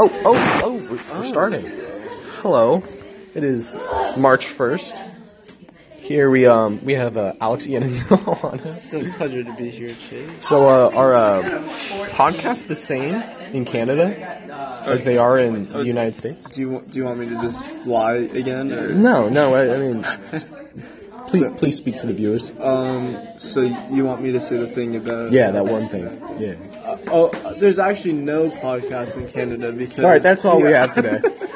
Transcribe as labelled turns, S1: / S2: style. S1: Oh, oh, oh, we're, we're starting. Hello. It is March 1st. Here we um we have uh, Alex Ian and Noel on us.
S2: It's a pleasure to be here, Chase.
S1: So uh, are uh, podcasts the same in Canada as they are in the United States?
S2: Do you do you want me to just lie again? Or,
S1: No, no. I, I mean, please, please speak to the viewers.
S2: um, so you want me to say the thing about?
S1: Yeah, that one thing. Yeah.
S2: Oh, there's actually no podcast in Canada because.
S1: All right, that's all we
S2: Yeah.
S1: have today.